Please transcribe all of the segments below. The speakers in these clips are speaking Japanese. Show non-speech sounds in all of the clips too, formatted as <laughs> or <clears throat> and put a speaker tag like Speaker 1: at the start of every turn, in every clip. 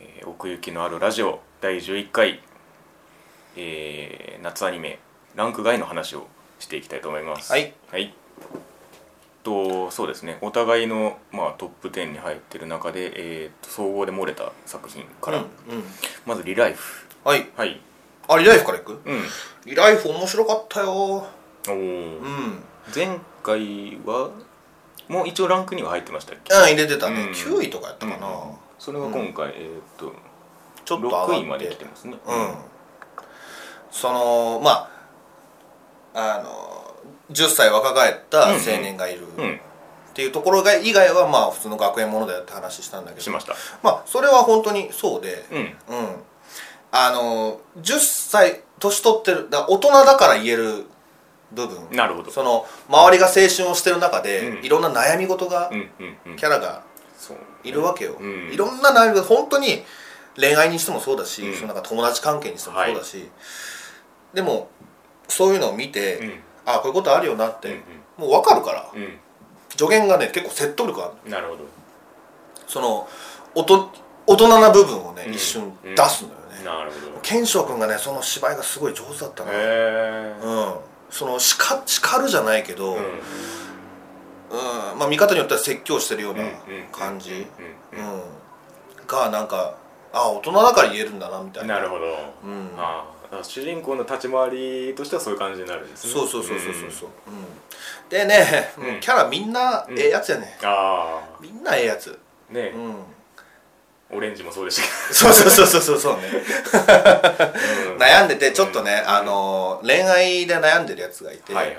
Speaker 1: ー奥行きのあるラジオ第11回、えー夏アニメランク外の話をしていきたいと思います
Speaker 2: はい、
Speaker 1: はい、とそうですねお互いの、まあ、トップ10に入ってる中で、えーと総合で漏れた作品から、
Speaker 2: うんうん
Speaker 1: まず「リライフ
Speaker 2: はい」
Speaker 1: はい
Speaker 2: あリライフからいく
Speaker 1: うん
Speaker 2: リライフ面白かったよ
Speaker 1: お
Speaker 2: うんう
Speaker 1: ー
Speaker 2: ん
Speaker 1: 前回はもう一応ランクには入ってましたっけ
Speaker 2: 入れてたね、
Speaker 1: うん
Speaker 2: 9位とかやったかな、
Speaker 1: うんそれが今回、えーっと
Speaker 2: ちょっと上がって
Speaker 1: 6位まで来てますね
Speaker 2: うんそのまああの10歳若返った青年がいる
Speaker 1: うん、
Speaker 2: っていうところが以外はまあ普通の学園ものだよって話したんだけど
Speaker 1: しました
Speaker 2: まあそれは本当にそうで
Speaker 1: うん
Speaker 2: うん、あの10歳年取ってるだから大人だから言える部分
Speaker 1: なるほど
Speaker 2: その周りが青春をしてる中で、
Speaker 1: うん
Speaker 2: いろんな悩み事が、
Speaker 1: うんうんうん
Speaker 2: キャラが
Speaker 1: そう
Speaker 2: いるわけよ、
Speaker 1: うん
Speaker 2: いろんな悩みが本当に恋愛にしてもそうだし、
Speaker 1: うん
Speaker 2: そのなんか友達関係にしてもそうだし、でもそういうのを見て、
Speaker 1: うん
Speaker 2: あこういうことあるよなって、
Speaker 1: う
Speaker 2: もう分かるから、
Speaker 1: うん
Speaker 2: 助言がね結構説得力ある
Speaker 1: うんなるほど
Speaker 2: そのおと大人な部分をね、
Speaker 1: うん
Speaker 2: 一瞬出すのよね、
Speaker 1: なるほど
Speaker 2: 賢翔君がねその芝居がすごい上手だったな、
Speaker 1: へえ
Speaker 2: うんその叱叱るじゃないけど、
Speaker 1: う
Speaker 2: うんんまあ、見方によっては説教してるような
Speaker 1: うんうん
Speaker 2: 感じ、
Speaker 1: うん
Speaker 2: うんがなんかあ大人だから言えるんだなみた
Speaker 1: う
Speaker 2: い
Speaker 1: ん
Speaker 2: な
Speaker 1: なるほど
Speaker 2: うん
Speaker 1: ああだから主人公の立ち回りとしてはそういう感じになるんですね
Speaker 2: そうそうそうそうそうそう、うん、でね、もう
Speaker 1: うん
Speaker 2: キャラみんな
Speaker 1: うん
Speaker 2: ええやつやね、
Speaker 1: うんあ
Speaker 2: みんなええやつ
Speaker 1: あね
Speaker 2: う、ん
Speaker 1: オレンジもそうでした
Speaker 2: そうそうそうそう
Speaker 1: <laughs>
Speaker 2: そうそうね
Speaker 1: けど、うん
Speaker 2: 悩んでてちょっとね、
Speaker 1: うん
Speaker 2: あの恋愛で悩んでるやつがいて、
Speaker 1: はいはい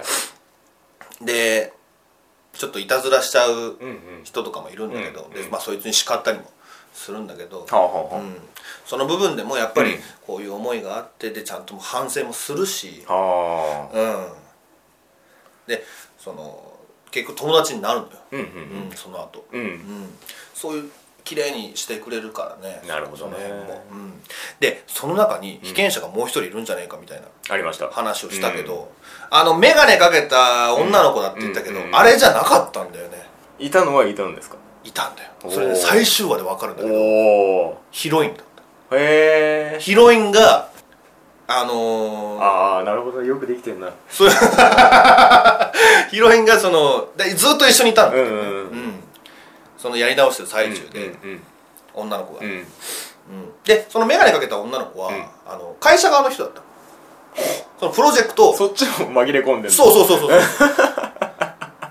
Speaker 2: でちょっといたずらしちゃう
Speaker 1: うんうん
Speaker 2: 人とかもいるんだけど、
Speaker 1: うん
Speaker 2: で
Speaker 1: うん
Speaker 2: まあ、そいつに叱ったりもするんだけど、
Speaker 1: はあはあ
Speaker 2: う
Speaker 1: は
Speaker 2: ん、その部分でもやっぱり
Speaker 1: うん
Speaker 2: こういう思いがあってでちゃんと反省もするし、
Speaker 1: あはあ
Speaker 2: うん、でその結局友達になるのよ、
Speaker 1: うんう
Speaker 2: うんん、その後、
Speaker 1: うんう
Speaker 2: うんん、そういう綺麗にしてくれるからね
Speaker 1: なるほどね
Speaker 2: その辺も、うん、でその中に被験者がもう一人いるんじゃねえかみたいな
Speaker 1: ありました
Speaker 2: 話をしたけど、あの眼鏡かけた女の子だって言ったけど、
Speaker 1: うんうん
Speaker 2: あれじゃなかったんだよね
Speaker 1: いたのはいたんですか
Speaker 2: いたんだよ
Speaker 1: おー
Speaker 2: それで最終話で分かるんだけど
Speaker 1: お
Speaker 2: ヒロインだった
Speaker 1: おへえ
Speaker 2: ヒロインがあのー、
Speaker 1: ああなるほどよくできてんな
Speaker 2: そうヒロインがそのでずっと一緒にいたんだよね、
Speaker 1: うんうんうん
Speaker 2: そのやり直してる最中で、
Speaker 1: うん
Speaker 2: 女の子が、
Speaker 1: うんうん
Speaker 2: うんでその眼鏡かけた女の子は、
Speaker 1: うん
Speaker 2: あの会社側の人だったのそのプロジェクトをそ
Speaker 1: そっちも紛れ込んで
Speaker 2: う
Speaker 1: る
Speaker 2: そうそうそう <laughs> そう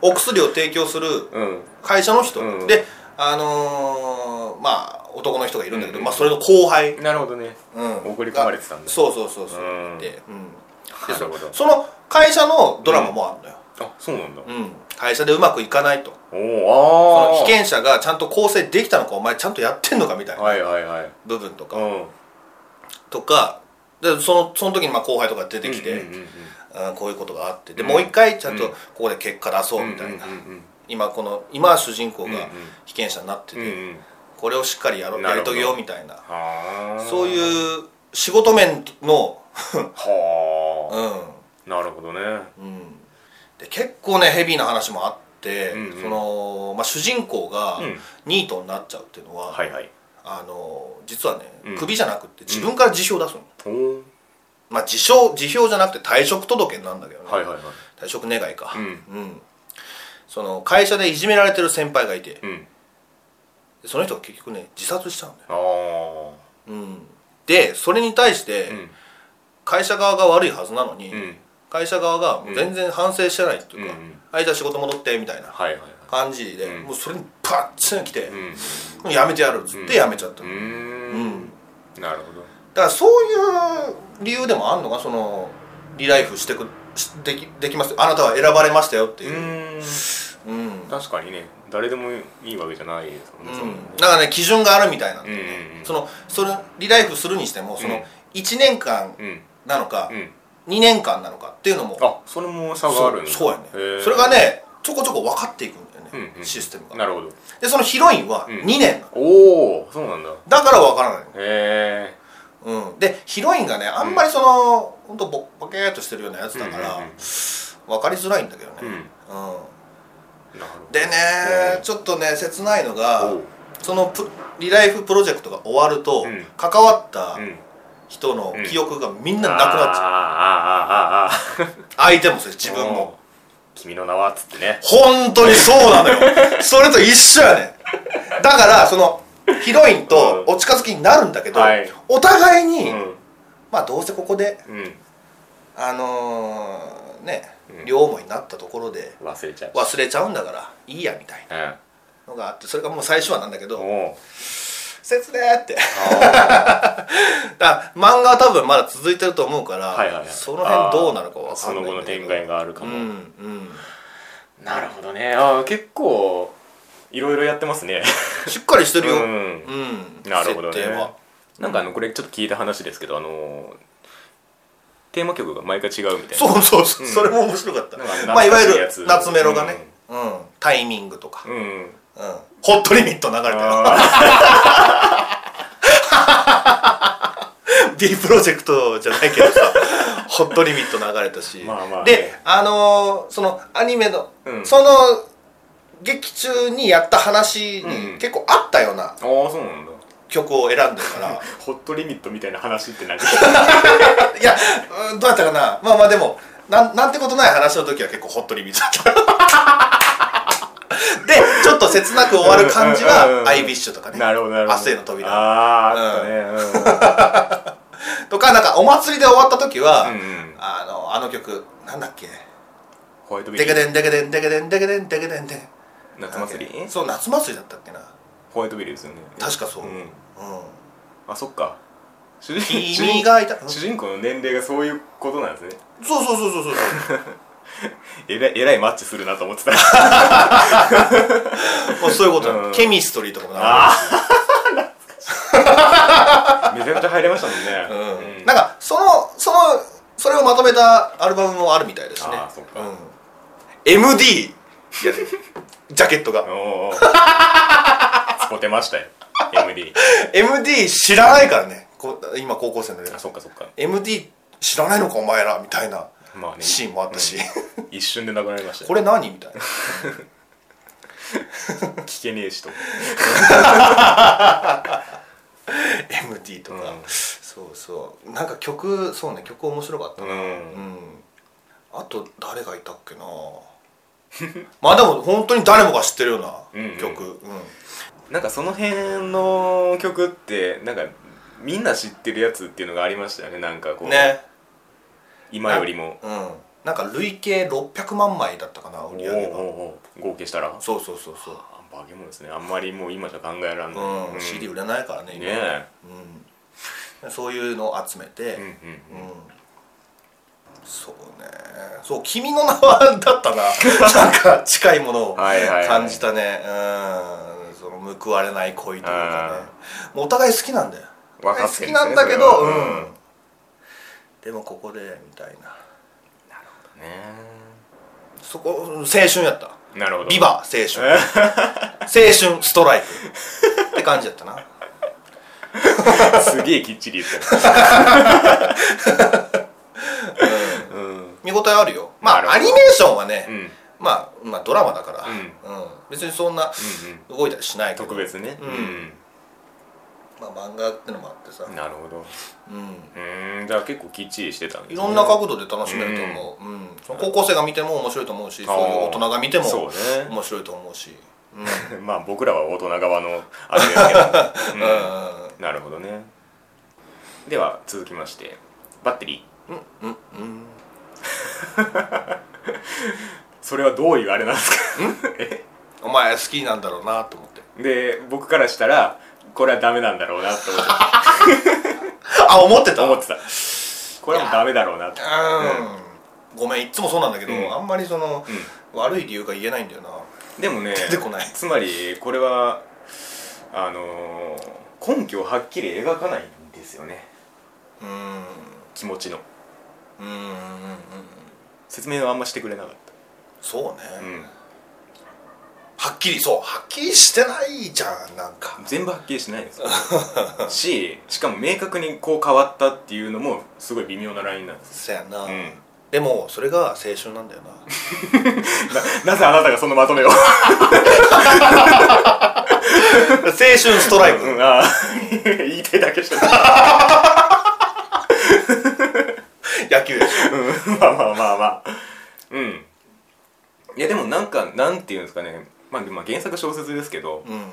Speaker 2: お薬を提供する
Speaker 1: うん
Speaker 2: 会社の人、
Speaker 1: うん
Speaker 2: であのーまあ男の人がいるんだけど、
Speaker 1: うんうん
Speaker 2: まあ、それの後輩、
Speaker 1: なるほどね
Speaker 2: うん
Speaker 1: 送り込まれてたんだ
Speaker 2: そうそうそうそう
Speaker 1: うん
Speaker 2: で,、うん、で
Speaker 1: なる
Speaker 2: そ
Speaker 1: ほど
Speaker 2: その会社のドラマもあるのよ、
Speaker 1: あそうなんだ
Speaker 2: うん会社でうまくいかないと
Speaker 1: お
Speaker 2: そ
Speaker 1: おあ
Speaker 2: の
Speaker 1: あ
Speaker 2: 被験者がちゃんと構成できたのかお前ちゃんとやってんのかみたいな
Speaker 1: はいはいはい
Speaker 2: 部分とか、
Speaker 1: うん
Speaker 2: とかでそのその時にまあ後輩とか出てきて、
Speaker 1: うんうんうん
Speaker 2: うんこういうことがあってで、
Speaker 1: うん
Speaker 2: もう一回ちゃんと
Speaker 1: うん
Speaker 2: ここで結果出そうみたいな、
Speaker 1: うんうん
Speaker 2: 今この今は主人公
Speaker 1: うんうん
Speaker 2: が被験者になってて、
Speaker 1: うんうん
Speaker 2: これをしっかりやろう
Speaker 1: な
Speaker 2: や
Speaker 1: る
Speaker 2: り
Speaker 1: ほど
Speaker 2: 遂げようみたいな
Speaker 1: はあ
Speaker 2: そう
Speaker 1: う
Speaker 2: いう仕事面のう
Speaker 1: は
Speaker 2: ん
Speaker 1: あなるほどね
Speaker 2: うんで結構ねヘビーな話もあって、
Speaker 1: うんうん
Speaker 2: そのまあ、主人公が
Speaker 1: うん
Speaker 2: ニートになっちゃうっていうのは、
Speaker 1: はいはい
Speaker 2: あの実はね、
Speaker 1: うん
Speaker 2: クビじゃなくて自分から辞表出すの、
Speaker 1: おお
Speaker 2: まあ辞表辞表じゃなくて退職届なんだけどね、
Speaker 1: はいはいはい
Speaker 2: 退職願いか
Speaker 1: うん
Speaker 2: うんその会社でいじめられてる先輩がいて
Speaker 1: うん
Speaker 2: でその人が結局ね自殺しちゃうんだよ、
Speaker 1: ああ
Speaker 2: うん、でそれに対して
Speaker 1: うん
Speaker 2: 会社側が悪いはずなのに、
Speaker 1: うん
Speaker 2: 会社側がもう全然反省してないっていうか
Speaker 1: う
Speaker 2: 「
Speaker 1: んうん
Speaker 2: はいじゃあ仕事戻って」みたいな
Speaker 1: はいはいはい
Speaker 2: 感じで、
Speaker 1: うん
Speaker 2: もうそれにパッチン来て
Speaker 1: う、ん
Speaker 2: もうやめてやるっつってやめちゃった、
Speaker 1: うー
Speaker 2: だ
Speaker 1: んなるほど
Speaker 2: からそういう理由でもあんのかそのリライフしてくしできできますあなたは選ばれましたよって
Speaker 1: う
Speaker 2: いう、
Speaker 1: ーん
Speaker 2: うん
Speaker 1: 確かにね誰でもいいわけじゃないですもんね、そんなのね
Speaker 2: うんだからね基準があるみたいなんで、
Speaker 1: うんうん
Speaker 2: そのそれリライフするにしてもその、
Speaker 1: うん
Speaker 2: 1年間
Speaker 1: うん
Speaker 2: なのか、
Speaker 1: うん
Speaker 2: 2年間なのかっていうのも
Speaker 1: あそれも差があるんだ
Speaker 2: そうそうやね
Speaker 1: へー
Speaker 2: それがねちょこちょこ分かっていくんだよね、
Speaker 1: うんうん
Speaker 2: システムが
Speaker 1: なるほど
Speaker 2: でそのヒロインは
Speaker 1: うん
Speaker 2: 2年なの、
Speaker 1: おおそうなんだ
Speaker 2: だから分からない
Speaker 1: へえ
Speaker 2: の、うん、でヒロインがねあんまりその、ほんとボボケーっとしてるようなやつだから、
Speaker 1: うんうんうん
Speaker 2: 分かりづらいんだけどね、
Speaker 1: うん
Speaker 2: うん
Speaker 1: なるほど
Speaker 2: でね、
Speaker 1: うん
Speaker 2: ちょっとね切ないのが
Speaker 1: おう
Speaker 2: そのプリライフプロジェクトが終わると、
Speaker 1: うん
Speaker 2: 関わった
Speaker 1: うん
Speaker 2: 人の記憶がみんななくなっちゃ
Speaker 3: あ
Speaker 2: う、
Speaker 3: ーあーあーあーあー
Speaker 2: 相手もそうです自分も
Speaker 3: 君の名はっつってね
Speaker 2: 本当にそうなのよそれと一緒やねんだからそのヒロインとお近づきになるんだけど、
Speaker 3: はい
Speaker 2: お互いに、
Speaker 3: うん
Speaker 2: まあどうせここで
Speaker 3: うん
Speaker 2: あのーね、
Speaker 3: うん
Speaker 2: 両思いになったところで
Speaker 3: 忘れちゃう
Speaker 2: 忘れちゃうんだからいいやみたいな
Speaker 3: うん
Speaker 2: のがあってそれがもう最初はなんだけど
Speaker 3: おう
Speaker 2: 切ねーって
Speaker 3: あ
Speaker 2: だから漫画は多分まだ続いてると思うから、
Speaker 3: ーはいはいはい
Speaker 2: その辺どうなるか
Speaker 3: あー
Speaker 2: わか
Speaker 3: そ
Speaker 2: んな
Speaker 3: の
Speaker 2: いんだけ
Speaker 3: 後
Speaker 2: ど
Speaker 3: の展開があるか
Speaker 2: うん
Speaker 3: も、
Speaker 2: うん
Speaker 3: なるほどねあー結構いろいろやってますね
Speaker 2: しっかりしてるよ、
Speaker 3: う
Speaker 2: うん
Speaker 3: んなるほどね
Speaker 2: 設定は
Speaker 1: なんかあのこれちょっと聞いた話ですけどあのテーマ曲が毎回違うみたいな
Speaker 2: そうそうそう、
Speaker 1: うん
Speaker 2: それも面白かった
Speaker 1: なんか
Speaker 2: まあいわゆ
Speaker 1: 懐
Speaker 2: る
Speaker 1: かしいやつ
Speaker 2: 夏メロがね、うんタイミングとか、
Speaker 1: うんうん
Speaker 2: うんホットリミット流れた <laughs> よ
Speaker 1: あ
Speaker 2: B プロジェクトじゃないけどさ <laughs> ホットリミット流れたし
Speaker 3: まあまあね
Speaker 2: であのーそのアニメの、
Speaker 1: うん
Speaker 2: その劇中にやった話
Speaker 1: うん
Speaker 2: に結構あったような
Speaker 1: ーあーそうなんだ
Speaker 2: 曲を選んでるから、
Speaker 3: ホットリミットみたいな話って
Speaker 2: <laughs>
Speaker 3: 何
Speaker 2: いやうんどうやったかなまあまあでもなんなんてことない話の時は結構ホットリミットだったでちょっと切なく終わる感じ
Speaker 1: うんうんう
Speaker 2: は
Speaker 1: ん
Speaker 2: 「アイビッシュ」とかね
Speaker 3: なるほどなるほど
Speaker 2: 明日への扉
Speaker 3: あーあったね、
Speaker 2: とかなんかお祭りで終わった時は、
Speaker 1: うんうん
Speaker 2: あのあの曲なんだっけ
Speaker 1: ホワイトビリ
Speaker 2: デケ
Speaker 1: ー
Speaker 2: デンデケデンデケデンデケデンデケデンデケ
Speaker 1: 夏祭り
Speaker 2: そう夏祭りだったっけな
Speaker 1: ホワイトビリーですよね
Speaker 2: 確かそう、うん
Speaker 1: んあそっか主人主
Speaker 2: 君
Speaker 1: 人
Speaker 2: がいた
Speaker 1: 主
Speaker 2: そう
Speaker 1: 人公の年齢がそういうことなんですね
Speaker 2: そうそうそうそうそ
Speaker 1: えらいえらいマッチするなと思
Speaker 2: <laughs>
Speaker 1: ってた
Speaker 2: うもうそういうことなの、
Speaker 1: うん
Speaker 2: ケミストリーとかもな
Speaker 3: あ
Speaker 1: めちゃめちゃ入れましたもんね
Speaker 2: うん
Speaker 1: うん
Speaker 2: なんかそのそのそれをまとめたアルバムもあるみたいですね
Speaker 1: あーそっか
Speaker 2: うん、MD いやジャケットが
Speaker 1: おおつこてましたよ MD
Speaker 2: MD 知らないからねこ今高校生の連
Speaker 1: あそっかそっか
Speaker 2: MD 知らないのかお前らみたいな
Speaker 1: まあね
Speaker 2: シーンもあったし、
Speaker 1: 一瞬でなくなりました
Speaker 2: <laughs> こ
Speaker 1: れ
Speaker 2: れ何みたいな
Speaker 1: 聞けねえしと
Speaker 2: MD とか、
Speaker 1: うん
Speaker 2: そうそうなんか曲そうね曲面白かった
Speaker 1: う
Speaker 2: な、うん
Speaker 1: ん
Speaker 2: あと誰がいたっけなまあでも本当に誰もが知ってるような曲、うん
Speaker 1: なんかその辺の曲ってなんかみんな知ってるやつっていうのがありましたよねなんかこう
Speaker 2: ね
Speaker 1: 今よりも
Speaker 2: うんなんか累計600万枚だったかな売り上げ
Speaker 1: お
Speaker 2: が
Speaker 1: うおうおう合計したら
Speaker 2: そうそうそうそう、
Speaker 1: あ化け物ですねあんまりもう今じゃ考えらんない
Speaker 2: うん
Speaker 1: うん
Speaker 2: CD 売れないからね
Speaker 1: ね
Speaker 2: 今
Speaker 1: え
Speaker 2: うん、そういうのを集めて、
Speaker 1: うんうん
Speaker 2: うんそうねそう「君の名は」だったな
Speaker 1: <laughs>
Speaker 2: なんか近いものを
Speaker 1: はいはいはい
Speaker 2: 感じたね、うんその報われない恋というかねもうお互い好きなんだよお
Speaker 1: 分かっ
Speaker 2: 互い好
Speaker 1: てる
Speaker 2: き
Speaker 1: んです
Speaker 2: な
Speaker 1: ね
Speaker 2: んだけど、
Speaker 1: それ
Speaker 2: う
Speaker 1: は
Speaker 2: ん、でもここでみたいな
Speaker 1: ね
Speaker 2: そこうん青春やった
Speaker 1: えなるほど
Speaker 2: ビバ青春青春ストライクって感じやったな
Speaker 1: すげえきっちり言ってるうん
Speaker 2: 見応えあるよま
Speaker 1: なるほ
Speaker 2: あ
Speaker 1: ど
Speaker 2: アニメーションはね、
Speaker 1: うん
Speaker 2: まあ、まあドラマだから、
Speaker 1: う
Speaker 2: うん別にそんな動いたりしないけど
Speaker 1: 特別ね
Speaker 2: うんまあ、漫画ってのもあってさ、
Speaker 1: なるほど
Speaker 2: うん、
Speaker 1: うーんじゃあ結構きっちりしてたんですね
Speaker 2: いろんな角度で楽しめると思う、うんその高校生が見ても面白いと思うし
Speaker 1: ー
Speaker 2: そういう大人が見ても
Speaker 1: そうね <laughs>
Speaker 2: 面白いと思うしう,、
Speaker 1: まあ僕らは大人側のあれですけ
Speaker 2: ん
Speaker 1: ど、うん
Speaker 2: <laughs>
Speaker 1: なるほどねでは続きましてバッテリー
Speaker 2: うんうん
Speaker 1: それはどういうあれなんですか
Speaker 2: お前好きなんだろうなと思って
Speaker 1: で僕からしたらこれはダメなんだろうなと思って
Speaker 2: あ思って <laughs> た
Speaker 1: 思ってたこれはもうダメだろうなと
Speaker 2: うん、ごめんいっつもそうなんだけど、
Speaker 1: うん
Speaker 2: あんまりその、悪い理由が言えないんだよな
Speaker 1: でもね
Speaker 2: 出てこない
Speaker 1: つまりこれはあのー根拠をはっきり描かないんですよね
Speaker 2: うん
Speaker 1: 気持ちの
Speaker 2: うんうんうんうん
Speaker 1: 説明はあんましてくれなかっ
Speaker 2: そうね、
Speaker 1: た、うん、
Speaker 2: はっきりそうはっきりしてないじゃんなんか
Speaker 1: 全部はっきりしないん
Speaker 2: <laughs>
Speaker 1: ですよししかも明確にこう変わったっていうのもすごい微妙なラインなん <laughs> です
Speaker 2: そやな、
Speaker 1: ん
Speaker 2: でもそれが青春なんだよ
Speaker 1: <laughs>
Speaker 2: な
Speaker 1: ななぜあなたがそのまとめを
Speaker 2: 青春ストライ
Speaker 1: う
Speaker 2: ク
Speaker 1: んあー <laughs> 言いたいだけしてた
Speaker 2: 野球やし
Speaker 1: うん <laughs> まあまあまあまあうんいやでもなんかなんていうんですかねまあ、まあ、原作小説ですけど、
Speaker 2: うん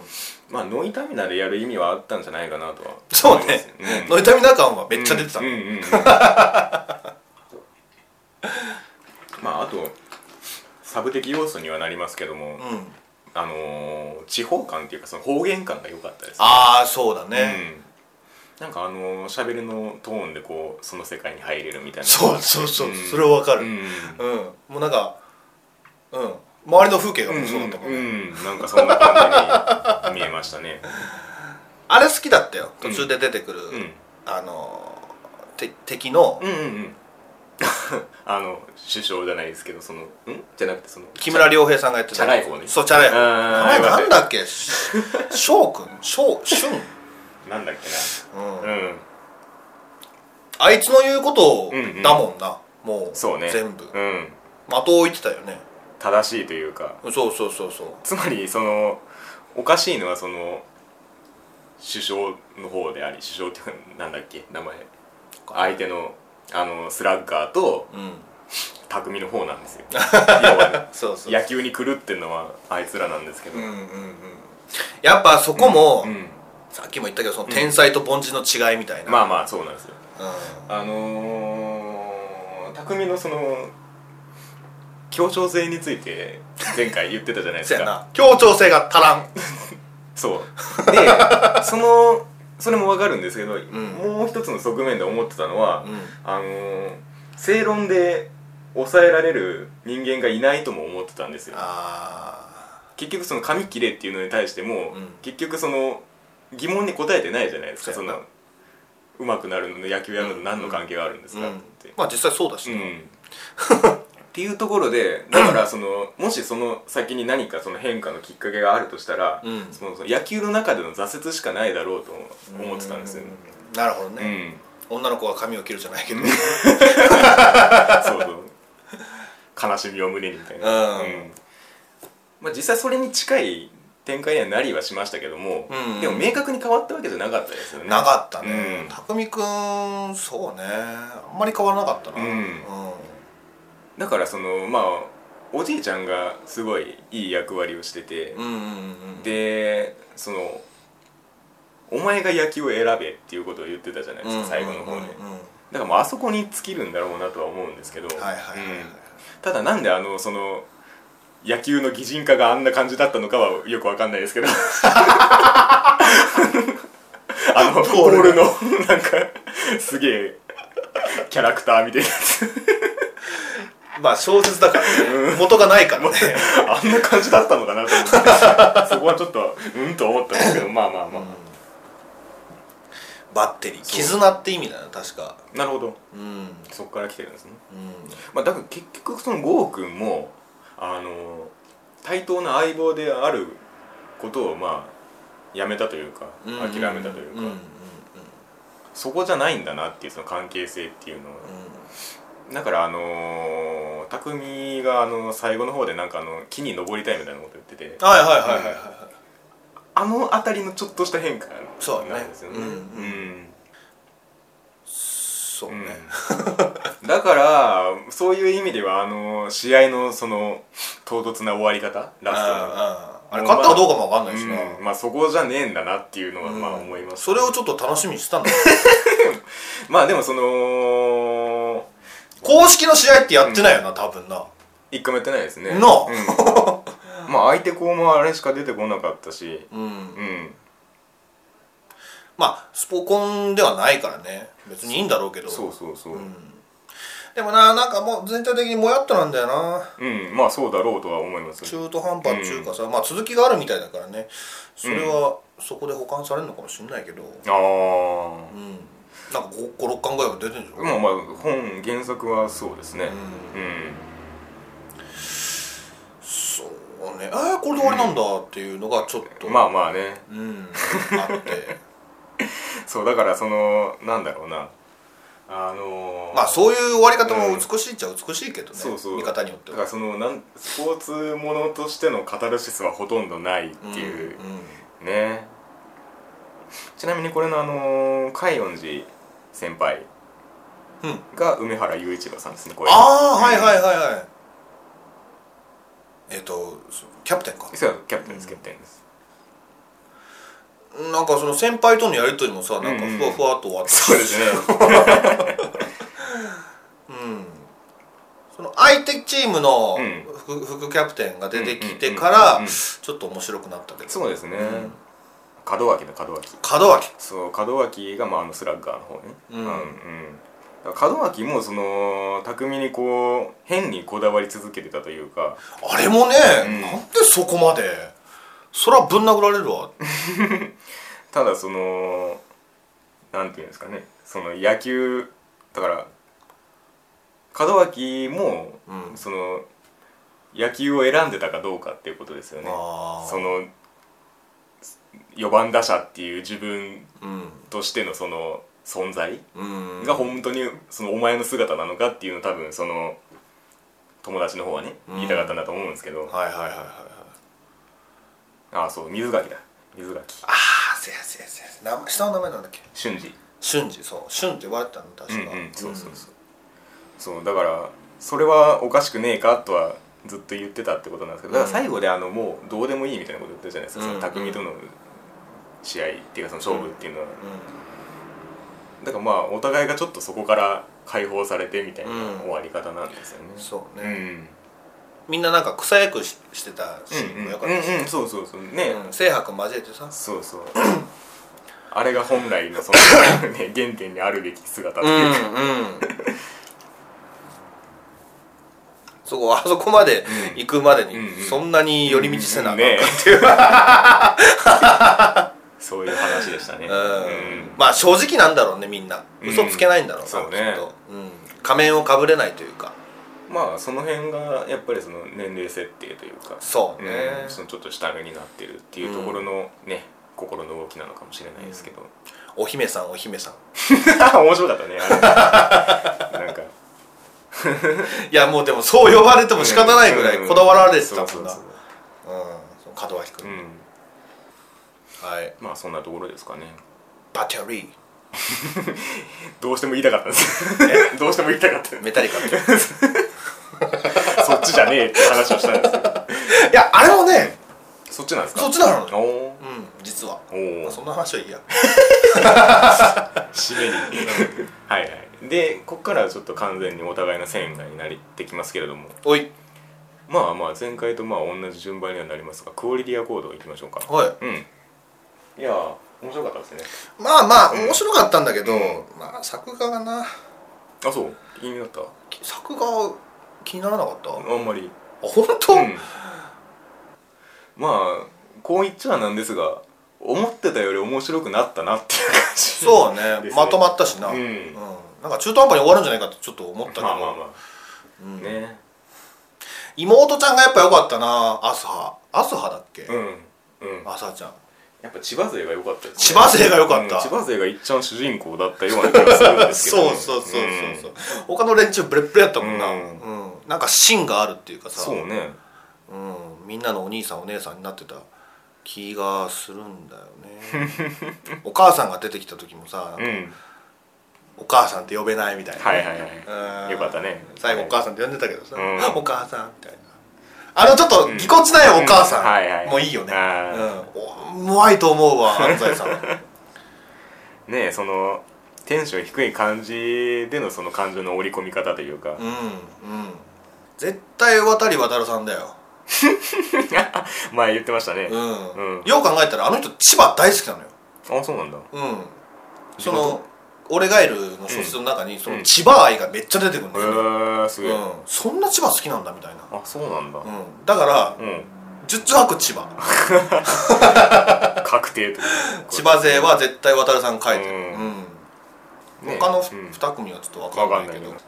Speaker 1: まあノイターミナルやる意味はあったんじゃないかなとは
Speaker 2: そう
Speaker 1: 思いま
Speaker 2: ね
Speaker 1: すん
Speaker 2: ノイタミナ感はめっちゃ出てた
Speaker 1: うんうんうん <laughs> うんまああとサブ的要素にはなりますけども、
Speaker 2: うん
Speaker 1: あのー地方感っていうかその方言感が良かったです
Speaker 2: ああそうだね
Speaker 1: うんなんかあのー、しゃべりのトーンでこうその世界に入れるみたいな
Speaker 2: そうそうそう
Speaker 1: うん
Speaker 2: それはわか
Speaker 1: う
Speaker 2: る
Speaker 1: ん
Speaker 2: うんもうなんかうん周りの風景が
Speaker 1: うん
Speaker 2: もうそうだったもん
Speaker 1: う
Speaker 2: ね
Speaker 1: んなんかそんな感じに見えましたね
Speaker 2: あれ好きだったよ
Speaker 1: うん
Speaker 2: 途中で出てくる
Speaker 1: うん
Speaker 2: あのーて敵の
Speaker 1: うんうんうん <laughs> あの首相じゃないですけどそのんじゃなくてその
Speaker 2: 木村良平さんがやってた
Speaker 1: チャラい方ね
Speaker 2: そうチャラい方
Speaker 1: あー
Speaker 2: 名前
Speaker 1: よかった
Speaker 2: なんだ
Speaker 1: <laughs>
Speaker 2: っけし翔くん翔俊
Speaker 1: なんだっけ
Speaker 2: うん
Speaker 1: なうん
Speaker 2: あいつの言うことを
Speaker 1: うんうん
Speaker 2: だもんなもう
Speaker 1: そうね
Speaker 2: 全部的
Speaker 1: うん
Speaker 2: を置いてたよね
Speaker 1: 正しいというか
Speaker 2: そうそうそうそう
Speaker 1: つまりそのおかしいのはその首相の方であり首相っていうかなんだっけ名前相手のあのスラッガーと
Speaker 2: うん
Speaker 1: 匠の方なん
Speaker 2: <laughs>
Speaker 1: ですよ要は
Speaker 2: そうそう
Speaker 1: 野球に狂ってんのはあいつらなんですけど、
Speaker 2: うんうんうんやっぱそこも
Speaker 1: うん
Speaker 2: さっきも言ったけどその天才と凡人の違いみたいな
Speaker 1: まあ
Speaker 2: あ
Speaker 1: まあそうなんですよあのー、匠のその協調性について前回言ってたじゃないで
Speaker 2: そ
Speaker 1: す
Speaker 2: うや
Speaker 1: か <laughs>
Speaker 2: な協調性が足らん
Speaker 1: そうでそのそれもわかるんですけど、もう一つの側面で思ってたのは、
Speaker 2: うん
Speaker 1: あのー正論で抑えられる人間がいないとも思ってたんですよ
Speaker 2: あ
Speaker 1: 結局その紙切れっていうのに対しても、
Speaker 2: うん
Speaker 1: 結局その疑問に答えてないじゃないですか
Speaker 2: そ
Speaker 1: そう
Speaker 2: やなん
Speaker 1: な上手くなるのと野球やるのと何の関係があるんです
Speaker 2: ー
Speaker 1: か
Speaker 2: う
Speaker 1: っ
Speaker 2: ん
Speaker 1: て、
Speaker 2: まあ実際そうだし
Speaker 1: う
Speaker 2: ね
Speaker 1: んっていうところでだからそのもしその先に何かその変化のきっかけがあるとしたら、
Speaker 2: うん
Speaker 1: そのその野球の中での挫折しかないだろうと思ってたんですよね。
Speaker 2: うんなるほど
Speaker 1: う
Speaker 2: ね、
Speaker 1: ん、
Speaker 2: 女の子が髪を切るじゃないけど、
Speaker 1: そうそう悲しみを胸にみたいな、
Speaker 2: うん
Speaker 1: まあ、実際それに近い展開にはなりはしましたけども、
Speaker 2: うん
Speaker 1: でも明確に変わったわけじゃなかったですよね
Speaker 2: なかったね、
Speaker 1: うん
Speaker 2: 匠くんそうねあんまり変わらなかったな
Speaker 1: うん
Speaker 2: うん
Speaker 1: だからそのまあおじいちゃんがすごいいい役割をしてて、
Speaker 2: うんうんうん
Speaker 1: でそのお前が野球を選べっていうことを言ってたじゃないですか、最後の方で、
Speaker 2: うんうんうん
Speaker 1: だからもうあそこに尽きるんだろうなとは思うんですけど、
Speaker 2: はいはいはいはい
Speaker 1: うんただなんであのその野球の擬人化があんな感じだったのかはよくわかんない
Speaker 2: <laughs>
Speaker 1: ですけどあのボ
Speaker 2: ボ
Speaker 1: ー
Speaker 2: ー
Speaker 1: ル
Speaker 2: ル
Speaker 1: のなんかすげえキャラクターみたいなやつ
Speaker 2: まあ小説だからね元がないからね
Speaker 1: あんな感じだったのかなと思ってそこはちょっとうんと思ったんですけどまあまあまあ、
Speaker 2: バッテリー絆って意味だな確か
Speaker 1: なるほど
Speaker 2: うんうん
Speaker 1: そこから来てるんですねまあ、だから結局その郷君もあの対等な相棒であることをまあやめたというか諦めたというか、
Speaker 2: んんん
Speaker 1: そこじゃないんだなっていうその関係性っていうのは、だからあのー、匠があの最後の方でなんかあの木に登りたいみたいなこと言ってて
Speaker 2: はいはいはいはいは
Speaker 1: あの辺りのちょっとした変化
Speaker 2: そうだね
Speaker 1: なんですよね。
Speaker 2: うん
Speaker 1: う
Speaker 2: うんいそうね
Speaker 1: うんだからそういう意味ではあの試合のその唐突な終わり方ラストの
Speaker 2: ああれ買ったかどうかもわかんないしな
Speaker 1: うん、まあそこじゃねえんだなっていうのはまあ思います、
Speaker 2: それをちょっと楽しみにしてたんだ
Speaker 1: まあでもその
Speaker 2: <laughs> 公式の試合ってやってないよな多分な
Speaker 1: 一回もやってないですね
Speaker 2: な
Speaker 1: の
Speaker 2: あ
Speaker 1: <laughs> まあ相手校もあれしか出てこなかったし
Speaker 2: うん
Speaker 1: うん
Speaker 2: まあスポコンではないからね別にいいんだろうけど
Speaker 1: そうそうそううん、
Speaker 2: でもななんかもう全体的にもやっとなんだよな
Speaker 1: まあそうだろうとは思います
Speaker 2: 中途半端っていうかさ、まあ続きがあるみたいだからねそれはそこで保管されるのかもしれないけど
Speaker 1: ああ
Speaker 2: うん、なんか56巻ぐらいは出てるんでしょ、
Speaker 1: まあまあ本原作はそうですねうん、
Speaker 2: そうねえー、これで終わりなんだっていうのがちょっと、
Speaker 1: まあまあね
Speaker 2: うんあって
Speaker 1: そうだからそのなんだろうなあのー、
Speaker 2: まあそういう終わり方も美しいっちゃ美しいけどね、
Speaker 1: そうそう
Speaker 2: 見方によっ
Speaker 1: だ
Speaker 2: て
Speaker 1: から
Speaker 2: は
Speaker 1: そのなんスポーツものとしてのカタルシスはほとんどないっていう
Speaker 2: うんうん
Speaker 1: ね <laughs> ちなみにこれのあのー海音寺先輩
Speaker 2: うん
Speaker 1: が梅原雄一郎さんですねこれ
Speaker 2: ああはいはいはいはいえっ、とキャプテンか
Speaker 1: そうキャプテンですキャプテンです
Speaker 2: なんかその先輩とのやり取りもさなんか
Speaker 1: うんうん
Speaker 2: ふわふわっと終わって
Speaker 1: そうですね
Speaker 2: うんその相手チームの
Speaker 1: うん
Speaker 2: 副,、副キャプテンが出てきてか
Speaker 1: うんうんうんうん
Speaker 2: ら
Speaker 1: うん
Speaker 2: ちょっと面白くなったけ
Speaker 1: <laughs>
Speaker 2: ど
Speaker 1: そうですね
Speaker 2: ん
Speaker 1: 門脇だ門脇
Speaker 2: 門脇
Speaker 1: そう門脇がまああのスラッガーの方ね
Speaker 2: うん
Speaker 1: うんだから門脇もその巧みにこう変にこだわり続けてたというか
Speaker 2: あれもね、
Speaker 1: うん
Speaker 2: なんでそこまでそらぶん殴られるわ
Speaker 1: ただそのなんていうんですかねその野球だから門脇も、
Speaker 2: うん
Speaker 1: その野球を選んでたかどうかっていうことですよね
Speaker 2: あ
Speaker 1: そ
Speaker 2: ー
Speaker 1: の4番打者っていう自分
Speaker 2: うん
Speaker 1: としてのその存在
Speaker 2: うん
Speaker 1: が本当にそのお前の姿なのかっていうのを多分その友達の方はね
Speaker 2: うん
Speaker 1: 言いたかったんだと思うんですけど、
Speaker 2: はいはいはいはいはい
Speaker 1: ああそう水垣だ水垣
Speaker 2: ああせやせやせや名前下の名前なんだっけ
Speaker 1: 俊二
Speaker 2: 俊二そう俊って言われてたの確か、
Speaker 1: うんうん、そうそうそう、そうだからそれはおかしくねえかとはずっと言ってたってことなんですけどだから最後であのもうどうでもいいみたいなこと言ったじゃないですか、
Speaker 2: うん
Speaker 1: その匠との試合っていうかその勝負っていうのは、だからまあお互いがちょっとそこから解放されてみたいな
Speaker 2: うん
Speaker 1: 終わり方なんですよね、
Speaker 2: うんそう
Speaker 1: う
Speaker 2: ね、
Speaker 1: ん
Speaker 2: みんななんか草野球ししてたシーン
Speaker 1: うん
Speaker 2: も
Speaker 1: うん
Speaker 2: よかったし、
Speaker 1: うんうんそうそうそうね、
Speaker 2: うん清白交えてさ
Speaker 1: そうそう <clears throat> あれが本来のその、ね、原点にあるべき姿っていうか、
Speaker 2: うんそこあそこまで行くまでに、
Speaker 1: うんうん
Speaker 2: そんなに寄り道せなあかんか
Speaker 1: ね
Speaker 2: っていう、 <laughs>
Speaker 1: そういう話でしたね、
Speaker 2: うんまあ正直なんだろうねみんな
Speaker 1: うん
Speaker 2: 嘘つけないんだろうな、
Speaker 1: そうね
Speaker 2: きっと、うん、仮面をかぶれないというか
Speaker 1: まあその辺がやっぱりその年齢設定というか
Speaker 2: そうね、
Speaker 1: うんそのちょっと下目になってるっていうところのね、心の動きなのかもしれないです
Speaker 2: <laughs>
Speaker 1: けど、
Speaker 2: お姫さんお姫さん
Speaker 1: 面白かったねあ
Speaker 2: <laughs>
Speaker 1: れなんか
Speaker 2: いやもうでもそう呼ばれても仕方ないぐら
Speaker 1: う
Speaker 2: い
Speaker 1: ん
Speaker 2: こだわられてたもんな、うん、
Speaker 1: そうそう
Speaker 2: その門脇
Speaker 1: そうう
Speaker 2: 君、
Speaker 1: ん
Speaker 2: はい
Speaker 1: まあそんなところですかね
Speaker 2: バテリー
Speaker 1: どうしても言いたかったんです
Speaker 2: <laughs>
Speaker 1: どうしても言いたかった
Speaker 2: メタリ
Speaker 1: <laughs>
Speaker 2: カって
Speaker 1: そっちじゃねえって話をしたんですけど
Speaker 2: いやあれもね
Speaker 1: そっちなんですか
Speaker 2: そっちなのよ
Speaker 1: おお
Speaker 2: うん実は
Speaker 1: おー
Speaker 2: まあそんな話はいいや
Speaker 1: 締めに <laughs> はいはいでこっからはちょっと完全にお互いの線がになってきますけれども
Speaker 2: おい
Speaker 1: まあまあ前回とまあ同じ順番にはなりますがクオリティアコードいきましょうか
Speaker 2: はい
Speaker 1: うんいやー面白かったですね
Speaker 2: まあまあ面白かったんだけど、
Speaker 1: う
Speaker 2: まあ作画がな
Speaker 1: あそう気になった
Speaker 2: き作画気にならなかった、あ
Speaker 1: あんまり
Speaker 2: 本当、
Speaker 1: うんまあこう言っちゃなんですが思ってたより面白くなったなっていう感じ
Speaker 2: そうね
Speaker 1: ですね
Speaker 2: まとまったしな、
Speaker 1: うん
Speaker 2: なんか中途半端に終わるんじゃないかってちょっと思ったけど、
Speaker 1: まあまあまあ、
Speaker 2: うん
Speaker 1: ね
Speaker 2: 妹ちゃんがやっぱ良かったなアスハアスハだっけ、
Speaker 1: うんうん
Speaker 2: アスハちゃん
Speaker 1: やっぱ千葉勢が良かったですね
Speaker 2: 千葉勢が良かった
Speaker 1: うん千葉勢がいっちゃん主人公だったような気がするんですけど
Speaker 2: <laughs> そうそうそうそうそう、他の連中ブレッブレやったもんな、う
Speaker 1: うんん
Speaker 2: なんか芯があるっていうかさ
Speaker 1: そうね
Speaker 2: うん、みんなのお兄さんお姉さんになってた気がするんだよねお母さんが出てきた時もさ、
Speaker 1: うん
Speaker 2: お母さんって呼べないみたいな、
Speaker 1: はいはい
Speaker 2: うん
Speaker 1: はいよかったね
Speaker 2: 最後お
Speaker 1: は
Speaker 2: 母さんって呼んでたけどさ、
Speaker 1: うん
Speaker 2: お母さんみたいなあのちょっとぎこちないお母さん、
Speaker 1: うんはいはい
Speaker 2: もういいよね、
Speaker 1: あ
Speaker 2: うん、おうまいと思うわ安西さん
Speaker 1: いねえそのテンション低い感じでのその感情の織り込み方というか
Speaker 2: うんうん絶対渡り渡さんだよ、
Speaker 1: 前言ってましたね
Speaker 2: うん
Speaker 1: うん
Speaker 2: よう考えたらあの人千葉大好きなのよ
Speaker 1: あそうなんだ
Speaker 2: うんそ
Speaker 1: 地
Speaker 2: の
Speaker 1: 元
Speaker 2: 「俺ガエル」の小説の中に、そうの
Speaker 1: ん
Speaker 2: 千葉愛がめっちゃ出てくるんだ
Speaker 1: へえ
Speaker 2: よね、
Speaker 1: ー、すげえ
Speaker 2: うんそんな千葉好きなんだみたいな、
Speaker 1: あそうなんだ
Speaker 2: うん、だから
Speaker 1: うん
Speaker 2: 十中八九千葉
Speaker 1: 確定という
Speaker 2: 千葉勢は絶対渡さん書いてる、
Speaker 1: う
Speaker 2: うん
Speaker 1: ね
Speaker 2: 他の
Speaker 1: うん
Speaker 2: 2組はちょっと分かんないけど、う
Speaker 1: わ
Speaker 2: ん
Speaker 1: か